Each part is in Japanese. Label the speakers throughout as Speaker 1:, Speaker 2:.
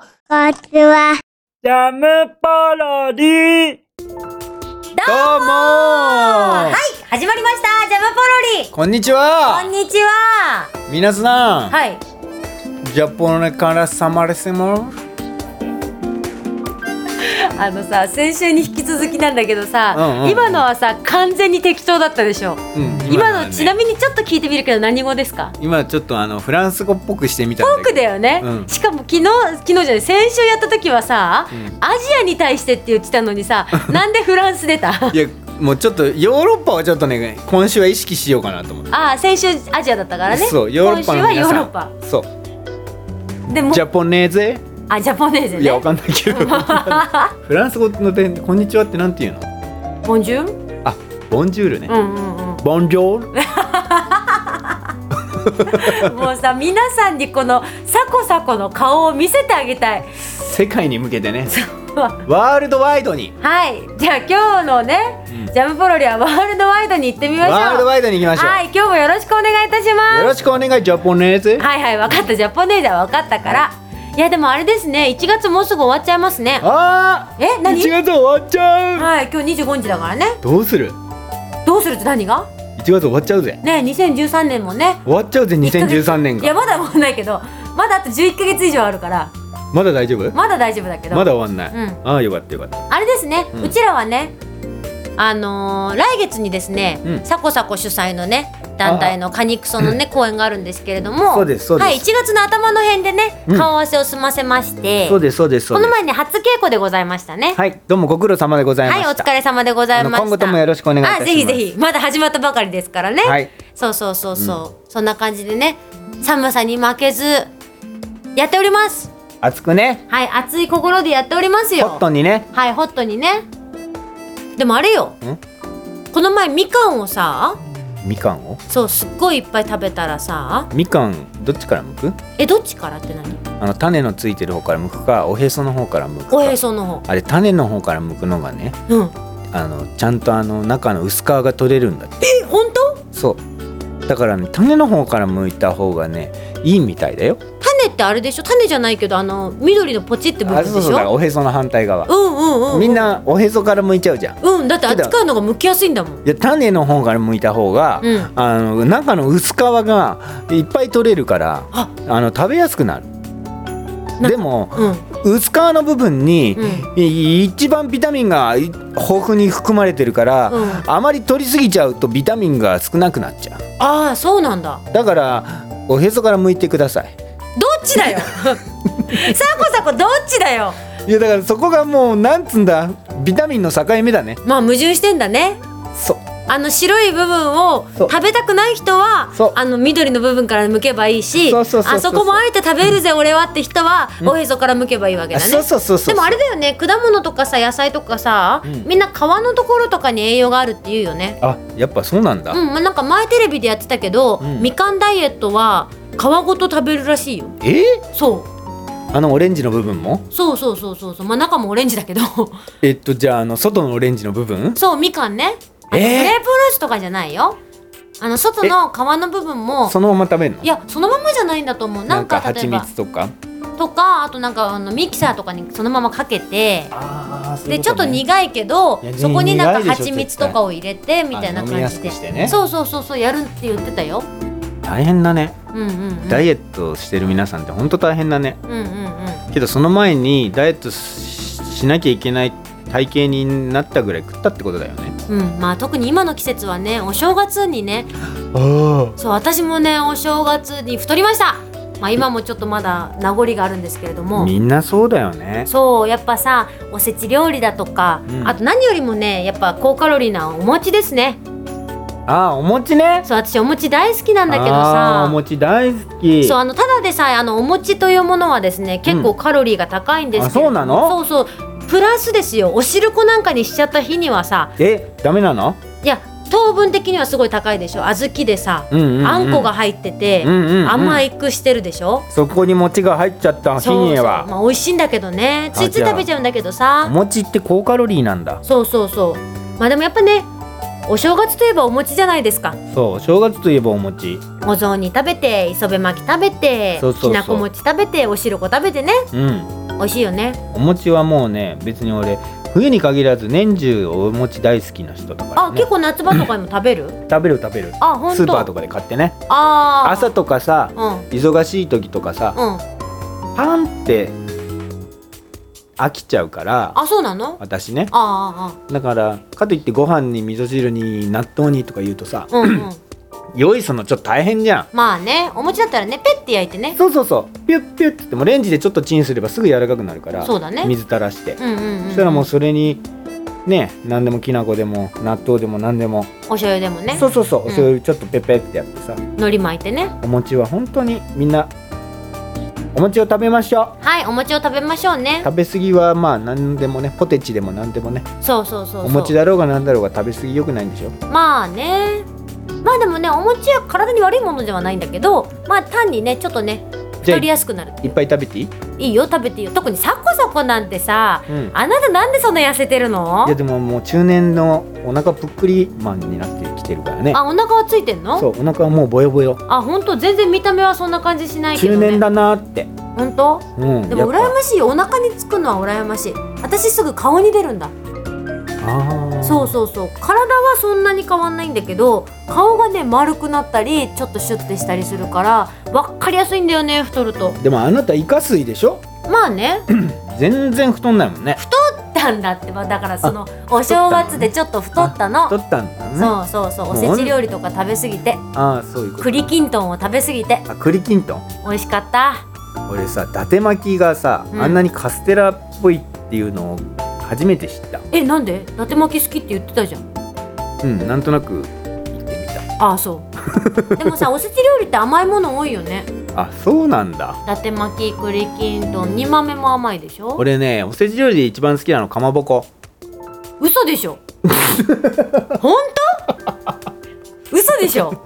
Speaker 1: ちは。
Speaker 2: ジャムパロディ
Speaker 3: どうも
Speaker 4: はい始まりましたジャムポロリ
Speaker 3: こんにちは
Speaker 4: こんにちは
Speaker 3: 皆さん、
Speaker 4: はい
Speaker 3: ジャポネからサマレセモ
Speaker 4: あのさ先週に引き続きなんだけどさ、
Speaker 3: うんうん
Speaker 4: 今のはさ完全に適当だったでしょ
Speaker 3: うん
Speaker 4: 今
Speaker 3: は
Speaker 4: の
Speaker 3: ね
Speaker 4: ちなみにちょっと聞いてみるけど何語ですか
Speaker 3: 今ちょっとあのフランス語っぽくしてみたんだけど
Speaker 4: フォークだよね、
Speaker 3: うん
Speaker 4: しかも昨日昨日じゃない先週やった時はさ、
Speaker 3: ん
Speaker 4: アジアに対してって言ってたのにさなんでフランス出た
Speaker 3: いやもうちょっとヨーロッパをちょっとね今週は意識しようかなと思って
Speaker 4: ああ先週アジアだったからね
Speaker 3: そうヨーロッパの
Speaker 4: 今週
Speaker 3: 皆
Speaker 4: は
Speaker 3: さん
Speaker 4: ヨーロッパ
Speaker 3: そう
Speaker 4: でも
Speaker 3: ジャポネーゼ
Speaker 4: あジャポネーゼ
Speaker 3: いやわ
Speaker 4: ね
Speaker 3: かんないけ どフランス語の点こんにちはってなんて言うの
Speaker 4: ボンジュール
Speaker 3: あボンジュールね、
Speaker 4: うんうんうん
Speaker 3: ボンジョ ール
Speaker 4: もうさ皆さんにこのサコサコの顔を見せてあげたい
Speaker 3: 世界に向けてねワールドワイドに
Speaker 4: はいじゃあ今日のね、ジャムポロリはワールドワイドに行ってみましょう
Speaker 3: ワールドワイドに行きましょう、
Speaker 4: はい今日もよろしくお願いいたし
Speaker 3: よ
Speaker 4: ま
Speaker 3: ろしくお願いジャポネーゼ
Speaker 4: すはいはい分かったジャポネーゼは分かったからいやでもあれですね1月もうすぐ終わっちゃいますね
Speaker 3: あー
Speaker 4: え何
Speaker 3: 1月終わっちゃう
Speaker 4: はい今日25日だからね
Speaker 3: どうする
Speaker 4: どうするって何が
Speaker 3: 1月終わっちゃうぜ
Speaker 4: ね2013年もね
Speaker 3: 終わっちゃうぜ2013年
Speaker 4: いや
Speaker 3: が
Speaker 4: まだもうないけどまだあと11ヶ月以上あるから
Speaker 3: まだ大丈夫
Speaker 4: まだ大丈夫だけど
Speaker 3: まだ終わんない、
Speaker 4: うん
Speaker 3: ああよかったよかった
Speaker 4: あれですね、う
Speaker 3: うん
Speaker 4: ちらはねあのー来月にですね、
Speaker 3: うん
Speaker 4: サコサコ主催のね団体のカニクソのね公演があるんですけれども
Speaker 3: そうですそうです
Speaker 4: はい、1月の頭の辺でね
Speaker 3: うん
Speaker 4: 顔合わせを済ませまして、
Speaker 3: そうですそうですそう
Speaker 4: こ
Speaker 3: で
Speaker 4: の
Speaker 3: す
Speaker 4: 前ね初稽古でございましたねは
Speaker 3: はいどうもご苦労様でござい
Speaker 4: い、
Speaker 3: ました
Speaker 4: お疲れ様でございました
Speaker 3: あの今後ともよろしくお願いいたします
Speaker 4: あぜひぜひまだ始まったばかりですからね、
Speaker 3: はい
Speaker 4: そうそうそうそう、そんな感じでね寒さに負けずやっております
Speaker 3: 熱くね
Speaker 4: はい熱い心でやっております
Speaker 3: ホ
Speaker 4: よ
Speaker 3: ットにね
Speaker 4: はいホットにねでもあれよこの前みかんをさ
Speaker 3: みかんを
Speaker 4: そうすっごいいっぱい食べたらさ
Speaker 3: みかんどっちから剥く
Speaker 4: えどっちからって何
Speaker 3: あの種のついてる方から剥くかおへその方から剥くか
Speaker 4: おへその
Speaker 3: あれ種の方から剥くのがね
Speaker 4: 方うん
Speaker 3: あのちゃんとあの中の薄皮が取れるんだって
Speaker 4: え本当
Speaker 3: そうだからね種の方から剥いた方がねいいみたいだよ
Speaker 4: 種ってあれでしょ種じゃないけどあの緑のポチって部
Speaker 3: あ
Speaker 4: 分で
Speaker 3: そう
Speaker 4: し
Speaker 3: そうだから
Speaker 4: ょ
Speaker 3: おへその反対側
Speaker 4: うんうんうん
Speaker 3: みんなおへそから剥いちゃうじゃん
Speaker 4: うんだって扱うのが剥きやすいんだもん
Speaker 3: いや種の方から剥いた方が、
Speaker 4: うん
Speaker 3: あの中の薄皮がいっぱい取れるから
Speaker 4: あ
Speaker 3: あの食べやすくなる
Speaker 4: な
Speaker 3: でも
Speaker 4: うん
Speaker 3: 薄皮の部分に、
Speaker 4: う
Speaker 3: い一番ビタミンがい豊富に含まれてるから、
Speaker 4: うん
Speaker 3: あまり取りすぎちゃうとビタミンが少なくなっちゃう
Speaker 4: ああそうなんだ
Speaker 3: だからおへそから剥いてください
Speaker 4: どっちだよ サコサコどっちだよ
Speaker 3: いやだからそこがもうなんつうんだビタミンの境目だね
Speaker 4: まあ矛盾してんだね
Speaker 3: そう
Speaker 4: あの白い部分を
Speaker 3: そう
Speaker 4: 食べたくない人は
Speaker 3: そう
Speaker 4: あの緑の部分から剥けばいいし
Speaker 3: そうそうそうそう
Speaker 4: あそこもあえて食べるぜ俺はって人はおへそから剥けばいいわけだね。
Speaker 3: そうそうそうそう
Speaker 4: でもあれだよね果物とかさ野菜とかさ、
Speaker 3: うん
Speaker 4: みんな皮のところとかに栄養があるって言うよね。
Speaker 3: あやっぱそうなんだ、
Speaker 4: うんまあ、なんか前テレビでやってたけど、
Speaker 3: うん
Speaker 4: みかんダイエットは皮ごと食べるらしいよ。
Speaker 3: え
Speaker 4: そう
Speaker 3: あのオレンジの部分も
Speaker 4: そうそうそうそうそうまあ中もオレンジだけど
Speaker 3: えっとじゃああの外のオレンジの部分
Speaker 4: そうみかんね。あの
Speaker 3: えー
Speaker 4: グレープフルーツとかじゃないよ。あの外の皮の部分も
Speaker 3: そのまま食べるの
Speaker 4: いやそのままじゃないんだと思う
Speaker 3: な
Speaker 4: なんん
Speaker 3: か
Speaker 4: か例
Speaker 3: 蜂
Speaker 4: えば
Speaker 3: 蜜とか
Speaker 4: とかあとなんかあのミキサーとかにそのままかけて
Speaker 3: あーそういう
Speaker 4: で
Speaker 3: こ
Speaker 4: ちょっと
Speaker 3: ね
Speaker 4: 苦いけど
Speaker 3: いや
Speaker 4: そこになんか
Speaker 3: 苦いでしょ
Speaker 4: 蜂蜜とかを入れてみたいな
Speaker 3: あ飲み
Speaker 4: 感
Speaker 3: や
Speaker 4: じ
Speaker 3: す
Speaker 4: で
Speaker 3: くしてね
Speaker 4: そうそうそうそうやるって言ってたよ
Speaker 3: 大変だね、
Speaker 4: うんうんうん
Speaker 3: ダイエットしてる皆さんって本当大変だね
Speaker 4: うんうんうん
Speaker 3: けどその前にダイエットししなきゃいけない体型になったぐらい食ったってことだよね
Speaker 4: うんまあ特に今の季節はねお正月にね
Speaker 3: あ
Speaker 4: そう私もねお正月に太りましたまあ今もちょっとまだ名残があるんですけれども
Speaker 3: みんなそうだよね
Speaker 4: そうやっぱさおせち料理だとか、
Speaker 3: うん
Speaker 4: あと何よりもねやっぱ高カロリーなお餅ですね
Speaker 3: あーお餅ね
Speaker 4: そう私お餅大好きなんだけど
Speaker 3: あーお
Speaker 4: さ
Speaker 3: 餅大好き
Speaker 4: そうあのただでさえあのお餅というものはですね結構カロリーが高いんですけれども、
Speaker 3: あそうなの
Speaker 4: そうそうプラスですよお汁粉なんかにしちゃった日にはさ
Speaker 3: えダメなの
Speaker 4: いや糖分的にはすごい高いでしょ小豆でさ、
Speaker 3: うんうんうん
Speaker 4: あんこが入ってて、
Speaker 3: うんうんうん
Speaker 4: 甘いくしてるでしょ
Speaker 3: そこに餅が入っちゃった日
Speaker 4: そう
Speaker 3: に
Speaker 4: そう
Speaker 3: は
Speaker 4: まあ美味しいんだけどねついつい
Speaker 3: あじゃあ
Speaker 4: 食べちゃうんだけど
Speaker 3: お
Speaker 4: さ
Speaker 3: 餅って高カロリーなんだ
Speaker 4: そうそうそうまあでもやっぱねお正月といえばお餅じゃないですか
Speaker 3: そう正月といえばお餅
Speaker 4: お雑煮食べて磯辺巻き食べて
Speaker 3: そうそうそう
Speaker 4: きなこ餅食べておしるこ食べてね
Speaker 3: うん
Speaker 4: 美味しいよね
Speaker 3: お餅はもうね別に俺冬に限らず年中お餅大好きな人だか
Speaker 4: あ
Speaker 3: ら、ね、
Speaker 4: 結構夏場とかにも食べる
Speaker 3: 食べる食べる
Speaker 4: あ本当
Speaker 3: スーパーとかで買ってね
Speaker 4: あー
Speaker 3: 朝とかさ
Speaker 4: うん
Speaker 3: 忙しい時とかさ
Speaker 4: うん
Speaker 3: パンって飽きちゃうから
Speaker 4: あそうなの
Speaker 3: 私ね
Speaker 4: あ
Speaker 3: だからかといってご飯に味噌汁に納豆にとか言うとさ
Speaker 4: ーあーうん うん
Speaker 3: 用意するのちょっと大変じゃん
Speaker 4: まあねお餅だったらねペッて焼いてね
Speaker 3: そうそうそうピュッピュッってってもレンジでちょっとチンすればすぐ柔らかくなるから
Speaker 4: そうだね
Speaker 3: 水垂らして、
Speaker 4: うんうん、うん、
Speaker 3: そしたらもうそれにね何でもきな粉でも納豆でも何でも、
Speaker 4: お醤油でもね
Speaker 3: そうそうそう、
Speaker 4: うん
Speaker 3: そういうちょっとペペってやってさ
Speaker 4: 海苔巻いてね
Speaker 3: お餅は本当にみんなお餅を食べましょう
Speaker 4: はいお餅を食べましょうね
Speaker 3: 食べ過ぎはまあ何でもねポテチでも何でもね
Speaker 4: そうそうそうそう
Speaker 3: お餅だろうが何だろうが食べ過ぎ良くないんでしょ
Speaker 4: まあねまあでもねお餅は体に悪いものではないんだけどまあ単にねちょっとね
Speaker 3: じゃ
Speaker 4: 太
Speaker 3: あ
Speaker 4: りやすくなる
Speaker 3: いっぱい食べていい
Speaker 4: いいよ食べていいよ特にサコサコなんてさ
Speaker 3: うん
Speaker 4: あなたなんでそんな痩せてるの
Speaker 3: いやでももう中年のお腹ぷっくりマンになってきてるからね
Speaker 4: あお腹はついてんの
Speaker 3: そうお腹はもうボヨボヨ
Speaker 4: あ本当全然見た目はそんな感じしないけど
Speaker 3: 中
Speaker 4: ね
Speaker 3: 年だなーって
Speaker 4: 本当
Speaker 3: うん
Speaker 4: でも
Speaker 3: やっ
Speaker 4: 羨ましいよお腹につくのは羨ましい私すぐ顔に出るんだ
Speaker 3: ぱあー
Speaker 4: そうそうそう体はそんなに変わんないんだけど顔がね丸くなったりちょっとシュッてしたりするからわっかりやすいんだよね太ると
Speaker 3: でもあなたイカ水でしょ
Speaker 4: まあね
Speaker 3: 全然太んないもんね
Speaker 4: 太ったんだってばだからそのお正月でちょっと太ったの
Speaker 3: 太ったんだね
Speaker 4: そうそうそうおせち料理とか食べ過ぎて
Speaker 3: ああそういうこと
Speaker 4: 栗きんとんを食べ過ぎて
Speaker 3: あ栗きんとん
Speaker 4: 美味しかった
Speaker 3: 俺さ伊達巻きがさ、
Speaker 4: うん
Speaker 3: あんなにカステラっぽいっていうのを初めて知った
Speaker 4: えなんで伊達巻き好きって言ってたじゃん
Speaker 3: うんなんとなく言ってみ
Speaker 4: ああそう でもさおせち料理って甘いもの多いよね
Speaker 3: たあそうなんだ
Speaker 4: 伊達巻き栗きんとん煮豆も甘いでしょ
Speaker 3: 俺ねおせち料理で一番好きなのかまぼこ
Speaker 4: 嘘で しょ本当嘘でしょ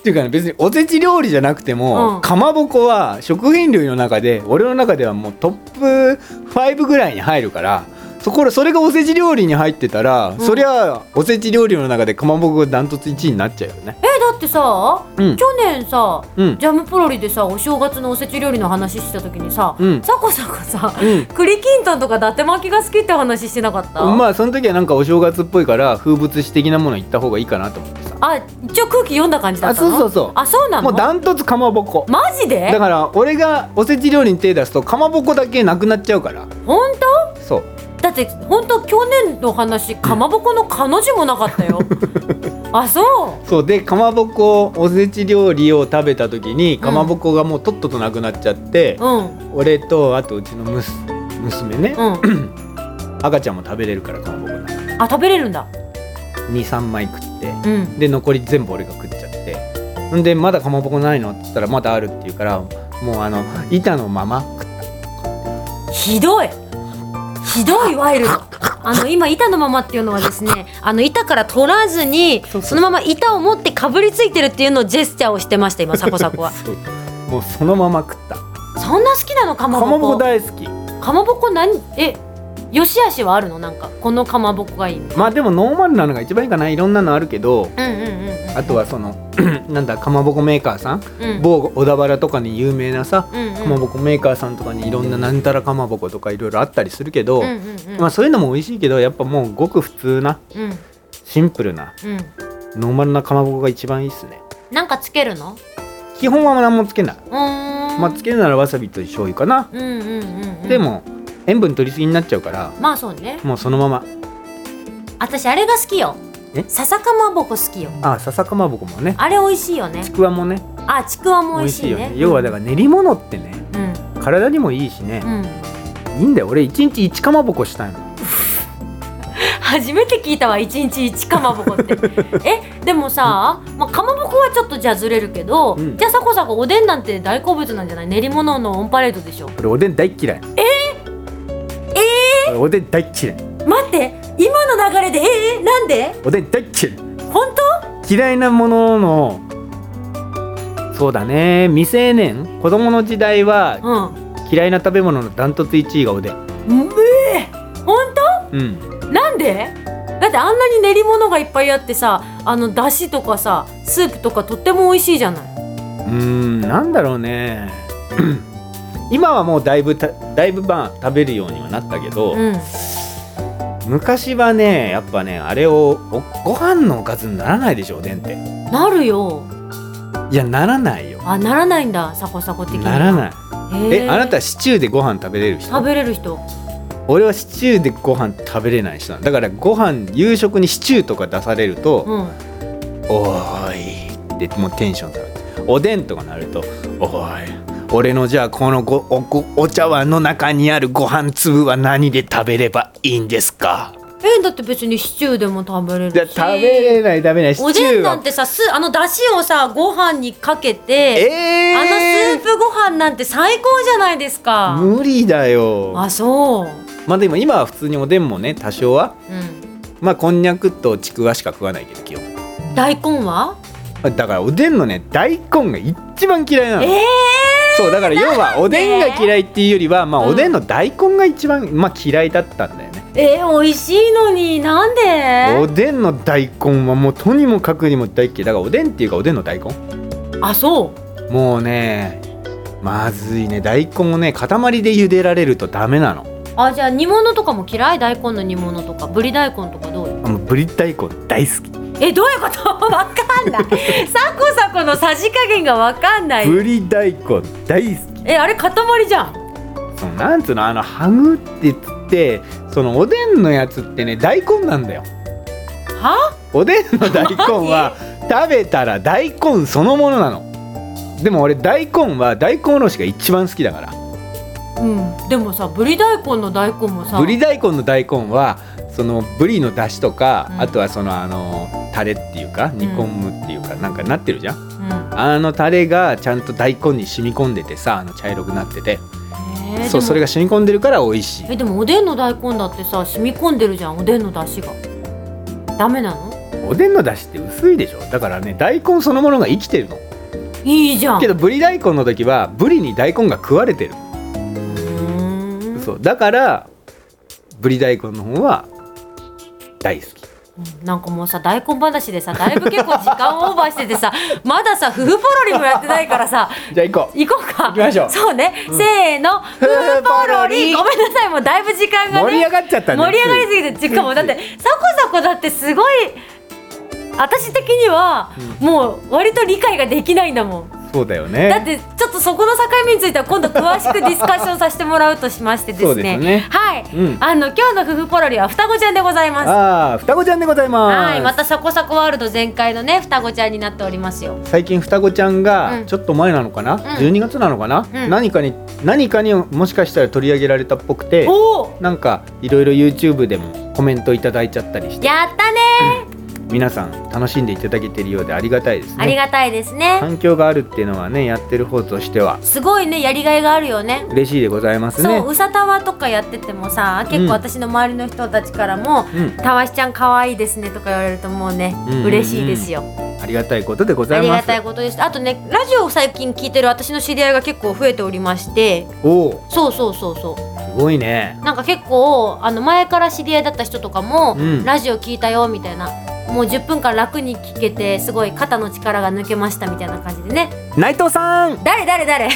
Speaker 3: っていうかね別におせち料理じゃなくても、
Speaker 4: うん
Speaker 3: かまぼこは食品類の中で俺の中ではもうトップ5ぐらいに入るからそこそれがおせち料理に入ってたら、
Speaker 4: ん
Speaker 3: そりゃおせち料理の中でかまぼこがダントツ1位になっちゃうよね
Speaker 4: えだってさ
Speaker 3: うん
Speaker 4: 去年さ
Speaker 3: うん
Speaker 4: ジャムポロリでさお正月のおせち料理の話してた時にさ、
Speaker 3: うん
Speaker 4: サコサコさ、
Speaker 3: うん
Speaker 4: 栗きんとんとか伊達巻きが好きって話してなかった、
Speaker 3: まあその時はなんかお正月っぽいから風物詩的なもの行った方がいいかなと思ってさ
Speaker 4: あ一応空気読んだ感じだったの
Speaker 3: あそうそうそう
Speaker 4: あそうな
Speaker 3: も
Speaker 4: の
Speaker 3: うダントツかまぼこ
Speaker 4: マジ
Speaker 3: だ
Speaker 4: で
Speaker 3: から俺がおせち料理に手出すとかまぼこだけなくなっちゃうから
Speaker 4: 本当
Speaker 3: そう
Speaker 4: だって本当去年の話かまぼこの彼女もなか ったよあそう
Speaker 3: そうでかまぼこおせち料理を食べた時にかまぼこがもうとっととなくなっちゃって、
Speaker 4: うん
Speaker 3: 俺とあとうちのむす娘ね、
Speaker 4: うん
Speaker 3: 赤ちゃんも食べれるからかまぼこなんか
Speaker 4: あ食べれるんだ
Speaker 3: 23枚食って
Speaker 4: うん
Speaker 3: で残り全部俺が食っちゃってんでまだかまぼこないのって言ったらまだあるって言うからもうあの板のまま食っ
Speaker 4: ひどいひどいワイルドあの今板のままっていうのはです ねあの板から取らずに
Speaker 3: そうそう
Speaker 4: そのまま板を持ってかぶりついてるっていうのをジェスチャーをしてました今サコサ コは
Speaker 3: そうもうそのまま食ったか
Speaker 4: そんな好きなのかま
Speaker 3: まぼ
Speaker 4: ぼ
Speaker 3: こ
Speaker 4: こ
Speaker 3: 大好き
Speaker 4: かまぼこ何えよしあしはあるのなんかこのかまぼこがいいみたい
Speaker 3: まあでもノーマルなのが一番いいかないろんなのあるけど
Speaker 4: なうんうんうんうん
Speaker 3: あとはその なんだかまぼこメーカーさん
Speaker 4: うん
Speaker 3: 某小田原とかに有名なさ
Speaker 4: うんうん
Speaker 3: かまぼこメーカーさんとかにいろんななんたらかまぼことかいろいろあったりするけど、
Speaker 4: うんうんうん
Speaker 3: まあそういうのも美味しいけどやっぱもうごく普通な
Speaker 4: うん
Speaker 3: シンプルな
Speaker 4: うん
Speaker 3: ノーマルなかまぼこが一番いいっすね
Speaker 4: なんかつけるの
Speaker 3: 基本は何もつけないう
Speaker 4: ーん
Speaker 3: ま
Speaker 4: ま
Speaker 3: あつけるならわさびと醤油かな、
Speaker 4: うんうんうんうん
Speaker 3: でも塩分取りすぎになっちゃうから
Speaker 4: まあそうね
Speaker 3: もうそのまま
Speaker 4: 私あれが好きよ
Speaker 3: え
Speaker 4: 笹かまぼこ好きよ
Speaker 3: あ笹かまぼこもね
Speaker 4: あれ美味しいよね
Speaker 3: ちくわもね
Speaker 4: あちくわ
Speaker 3: 美
Speaker 4: も美
Speaker 3: 味
Speaker 4: 味
Speaker 3: し
Speaker 4: し
Speaker 3: い
Speaker 4: い
Speaker 3: よ
Speaker 4: ね
Speaker 3: ね要はだから練り物ってね
Speaker 4: うん
Speaker 3: 体にもいいしね
Speaker 4: う、ん、うん、
Speaker 3: いいんだよ俺一日一かまぼこしたいの
Speaker 4: 初めて聞いたわ一日一かまぼこって えでもさ、まあ、かまぼこはちょっとじゃあずれるけど、
Speaker 3: うん
Speaker 4: じゃあさこさこおでんなんて大好物なんじゃない練り物のオンパレードでしょ
Speaker 3: 俺おでん大っ嫌いええおでん大っ嫌い
Speaker 4: 待って今の流れでえー、なんで
Speaker 3: おでん大っ嫌い
Speaker 4: 本
Speaker 3: 嫌いなもののそうだね未成年子供の時代は
Speaker 4: 当うん
Speaker 3: 嫌いな食べ物のダントツ1位がおでん
Speaker 4: うえー、本
Speaker 3: うん
Speaker 4: 当なんでだっってあんなに練り物がいっぱいあってさあのだしとかさスープとかとっても美味しいじゃないう
Speaker 3: ーんなんだろうね 今はもうだいぶただいぶ晩食べるようにはなったけど、
Speaker 4: うん
Speaker 3: 昔はねやっぱねあれをおご飯のおかずにならないでしょおでんって
Speaker 4: なるよ
Speaker 3: いやならないよ
Speaker 4: あならないんだサコサコ的に
Speaker 3: ならない
Speaker 4: い
Speaker 3: えあなたシチューでご飯食べれる人
Speaker 4: 食べれる人
Speaker 3: 俺はシチューでご飯食べれない人なのだからご飯夕食にシチューとか出されると
Speaker 4: うん
Speaker 3: 「おーい」ってもうテンション下がっておでんとかなると「おーい俺のじゃあこのごおごお茶碗の中にあるご飯粒は何で食べればいいんですか?
Speaker 4: えだって別にシチューでも食べれ」
Speaker 3: じゃ
Speaker 4: るし
Speaker 3: 食べれない食べれないシチュ
Speaker 4: おで
Speaker 3: ー
Speaker 4: んな
Speaker 3: は
Speaker 4: んてさすあのだしをさご飯にかけて
Speaker 3: え
Speaker 4: あのスー
Speaker 3: ー
Speaker 4: プご飯なんて最高じゃないですか
Speaker 3: 無理だよ
Speaker 4: あそう
Speaker 3: まあでも今は普通におでんもね多少は
Speaker 4: うん
Speaker 3: まあこんにゃくとちくわしか食わないけど基本
Speaker 4: 大根は
Speaker 3: だからおでんのね大根が一番嫌いなの
Speaker 4: ええ
Speaker 3: そうだから要はおでんが嫌いっていうよりは、まあ、
Speaker 4: うん
Speaker 3: おでんの大根が一番、まあ、嫌いだったんだよね、
Speaker 4: えー、美味しいのになん
Speaker 3: お
Speaker 4: で
Speaker 3: でんの大根はもうとにもかくにも大嫌いだからおでんっていうかおでんの大根
Speaker 4: あそう
Speaker 3: もうねまずいね大根をね塊で茹でられるとダメなの
Speaker 4: あじゃあ煮物とかも嫌い大根の煮物とかぶり大根とかどうよ
Speaker 3: もうぶり大根大好き
Speaker 4: えどういうこと わかんないサコサコのさじ加減がわかんない
Speaker 3: ぶり大根大好
Speaker 4: えあれ塊じゃん
Speaker 3: きそのなんつうのあのハグってつってそのおでんのやつってね大根なんだよ
Speaker 4: は
Speaker 3: おでんの大根は食べたら大根そのものなのでも俺大根は大根おろしが一番好きだから
Speaker 4: うんでもさぶり大根の大根もさ
Speaker 3: ぶり大根の大根はそのぶりの出汁とか、
Speaker 4: うん
Speaker 3: あとはそのあのタレっていうか煮込むっていうか、なんかなってるじゃ
Speaker 4: うんん
Speaker 3: あのタレがちゃんと大根に染み込んでてさあの茶色くなってて、
Speaker 4: えー、
Speaker 3: そうそれ
Speaker 4: が
Speaker 3: が染み込んでるから美味しい
Speaker 4: えでもおでんの大根だってさ染み込んでるじゃんおでんの出汁がダメなの
Speaker 3: おでんの出汁って薄いでしょだからね大根そのものが生きてるの
Speaker 4: いいじゃん
Speaker 3: け
Speaker 4: ど
Speaker 3: どぶり大根の時はぶりに大根が食われてるそうだからぶり大根の方は大好き
Speaker 4: なんかもうさ大根話でさだいぶ結構時間オーバーしててさまださ夫婦ポロリもやってないからさ
Speaker 3: じゃあ行こう
Speaker 4: 行こうか
Speaker 3: 行きましょう
Speaker 4: そうね、せーの夫婦ポロリごめんなさいもうだいぶ時間が
Speaker 3: 盛り
Speaker 4: ね
Speaker 3: 上がっちゃったね
Speaker 4: 盛り上がりすぎてっていうかもうだってサコサコだってすごい私的には、もう割と理解ができないんだもん
Speaker 3: そうだよ
Speaker 4: だっ
Speaker 3: ね
Speaker 4: てちょっとそこの境目については今度詳しくディスカッションさせてもらうとしましてですね
Speaker 3: そうですね
Speaker 4: はい、
Speaker 3: うん
Speaker 4: あの今日の「夫婦ポロリ」は双子ちゃんでございます
Speaker 3: ああ双子ちゃんでございます、
Speaker 4: はいまた「サコサコワールド」全開のね双子ちゃんになっておりますよ
Speaker 3: 最近双子ちゃん
Speaker 4: う
Speaker 3: が
Speaker 4: ん
Speaker 3: ちょっと前なのかな、12月なのかな、
Speaker 4: うん
Speaker 3: 何かに何かにもしかしたら取り上げられたっぽくて
Speaker 4: おお
Speaker 3: なんかいろいろ YouTube でもコメントいただいちゃったりして
Speaker 4: やったね
Speaker 3: 皆さん楽しんでいただけてるようでありがたいです
Speaker 4: あり
Speaker 3: ね
Speaker 4: がたいですね、
Speaker 3: 反響があるっていうのはねやってる方としては
Speaker 4: すごいねやりがいがあるよね
Speaker 3: 嬉しいでございますね
Speaker 4: そううさたわとかやっててもさ結
Speaker 3: うん
Speaker 4: 構私の周りの人たちからも
Speaker 3: うん
Speaker 4: 「たわしちゃん可愛いですね」とか言われるともうね、
Speaker 3: うん
Speaker 4: 嬉しいですよ
Speaker 3: ありがたいことでござ
Speaker 4: あ
Speaker 3: い
Speaker 4: り
Speaker 3: ま
Speaker 4: が
Speaker 3: す
Speaker 4: たいことですあとねラジオを最近聞いてる私の知り合いが結構増えておりまして
Speaker 3: おお
Speaker 4: そうそうそうそう
Speaker 3: すごいね
Speaker 4: なんか結構あの前から知り合いだった人とかも、
Speaker 3: うん
Speaker 4: ラジオ聞いたよみたいなもう10分間楽に聞けてすごい肩の力が抜けましたみたいな感じでね
Speaker 3: 内藤さ んい
Speaker 4: 誰誰誰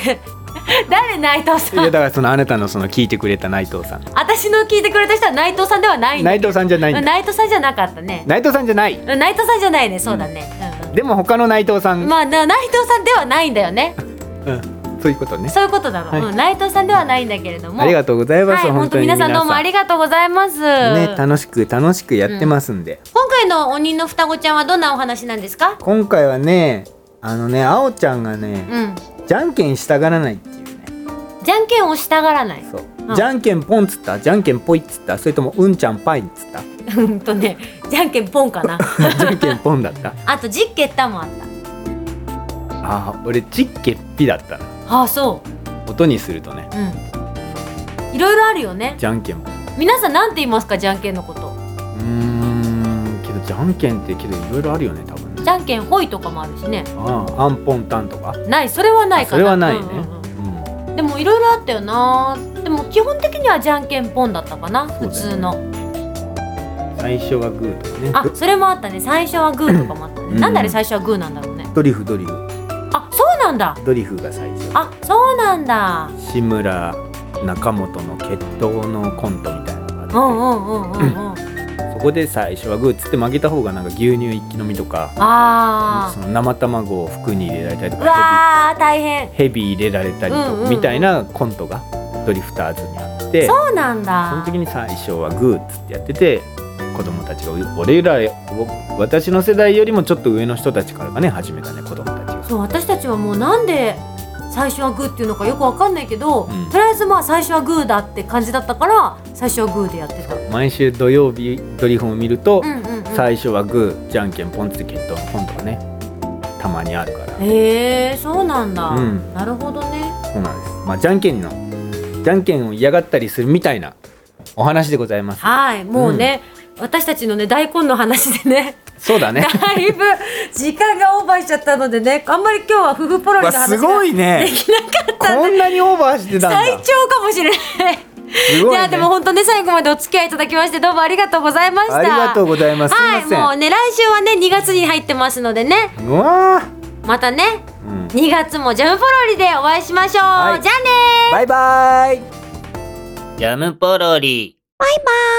Speaker 4: 誰内藤
Speaker 3: や
Speaker 4: さ
Speaker 3: だ
Speaker 4: ん
Speaker 3: からそのあなたのその聞いてくれた内藤さん
Speaker 4: 私の聞いてくれた人は内藤さんではないんだ
Speaker 3: 内藤さんじゃないんだ
Speaker 4: 内藤さんじゃなかったね
Speaker 3: 内藤さんじゃない
Speaker 4: うん内藤さんじゃないねそうだね、うん
Speaker 3: でも他の内藤さ
Speaker 4: うん
Speaker 3: ん、
Speaker 4: まあな内藤さんではないんだよね
Speaker 3: うん、そういうことね
Speaker 4: そういうことだろう、
Speaker 3: はい
Speaker 4: うん内藤さんではないんだけれども
Speaker 3: ありがとうございます、
Speaker 4: はい、本
Speaker 3: 本
Speaker 4: 当
Speaker 3: 当に
Speaker 4: 皆さんどうもありがとうございます。
Speaker 3: ね楽しく楽しくやってますんで、
Speaker 4: 今回の鬼の双子ちゃんはどんなお話なんですか？
Speaker 3: 今回はねあのねあおちゃんがね、
Speaker 4: うん、
Speaker 3: じゃんけんしたがらないっていうね
Speaker 4: じゃんけんをしたがらない。
Speaker 3: そう、
Speaker 4: うん
Speaker 3: じゃんけんぽんっつったじゃんけんぽいっつったそれともうんちゃんぱいっつった
Speaker 4: うんとね、じゃんけんポンかな。
Speaker 3: じゃんけんぽんだった
Speaker 4: あと実けったもあっ
Speaker 3: あー俺ちっけっぴだったな
Speaker 4: た。ああそ
Speaker 3: 音にするとね
Speaker 4: う。うん。いろいろあるよね。
Speaker 3: じゃんけんぽん
Speaker 4: 皆さんなんて言いますかじゃんけんのこと？
Speaker 3: うーんけどじゃんけんってけどいろいろあるよね多分ね
Speaker 4: じゃんけんほいとかもあるしね。
Speaker 3: あああんぽんたんとか、
Speaker 4: ないそれはないかな。
Speaker 3: それはないね
Speaker 4: うんうんうん
Speaker 3: うん
Speaker 4: でもいろいろあったよな。でも基本的にはじゃんけんポンだったかな
Speaker 3: そうだよ
Speaker 4: 普
Speaker 3: ね
Speaker 4: 通の。
Speaker 3: 最初はグーとかね
Speaker 4: あそれもあったね最初はグーとかもあったね、
Speaker 3: うん
Speaker 4: なんであれ最初はグーなんだろうね
Speaker 3: ドリフドリフ
Speaker 4: あそうなんだ
Speaker 3: ドリフが最初
Speaker 4: あそうなんだ
Speaker 3: 志村中本の決闘のコントみたいなの
Speaker 4: う
Speaker 3: が
Speaker 4: ん
Speaker 3: あっ
Speaker 4: うんうんうんうん
Speaker 3: てそこで最初はグーっつって負けた方がなんか牛乳一気飲みとか
Speaker 4: あ
Speaker 3: その生卵を服に入れられたりと
Speaker 4: ーう
Speaker 3: か
Speaker 4: わー大変
Speaker 3: ヘビヘビ入れられたりとか、
Speaker 4: うんうんうん
Speaker 3: みたいなコントがドリフターズにあって
Speaker 4: そうなんだ
Speaker 3: その時に最初はグーっつってやってて子供たちがう俺らお私の世代よりもちょっと上の人たちからがね始めたね子供たちが。
Speaker 4: そう私たちはもうなんで最初はグーっていうのかよくわかんないけど、
Speaker 3: うん
Speaker 4: とりあえずまあ最初はグーだって感じだったから最初はグーでやってた。う
Speaker 3: 毎週土曜日ドリフを見ると、
Speaker 4: んうんうん、
Speaker 3: 最初はグーじゃんけんポンって決闘のコントがねたまにあるから
Speaker 4: へえそうなんだ、
Speaker 3: うん
Speaker 4: なるほどね。
Speaker 3: そうなんですまあじゃんけんのじゃんけんを嫌がったりするみたいなお話でございます
Speaker 4: はいもうね、私たちのね大根の話でね
Speaker 3: そうだね
Speaker 4: だいぶ時間がオーバーしちゃったのでねあんまり今日は夫婦ポロリ
Speaker 3: わ
Speaker 4: の話
Speaker 3: すごいね
Speaker 4: できなかったん
Speaker 3: こ
Speaker 4: で
Speaker 3: んなにオーバーしてたんだ
Speaker 4: 最長かもしれない。
Speaker 3: す
Speaker 4: い
Speaker 3: ごい、ね、
Speaker 4: やでも本当ね最後までお付き合いいただきましてどうもありがとうございました。
Speaker 3: ありがとうございますすい
Speaker 4: は
Speaker 3: ま
Speaker 4: い、
Speaker 3: せん、
Speaker 4: もうね、来週はね、2月に入ってますのでね、
Speaker 3: うわー
Speaker 4: またね、
Speaker 3: うん
Speaker 4: 2月もジャムポロリでお会いしましょう。
Speaker 3: はい
Speaker 4: じゃあねー
Speaker 3: バイバイ
Speaker 2: ジャムポロリ。
Speaker 4: バイバイ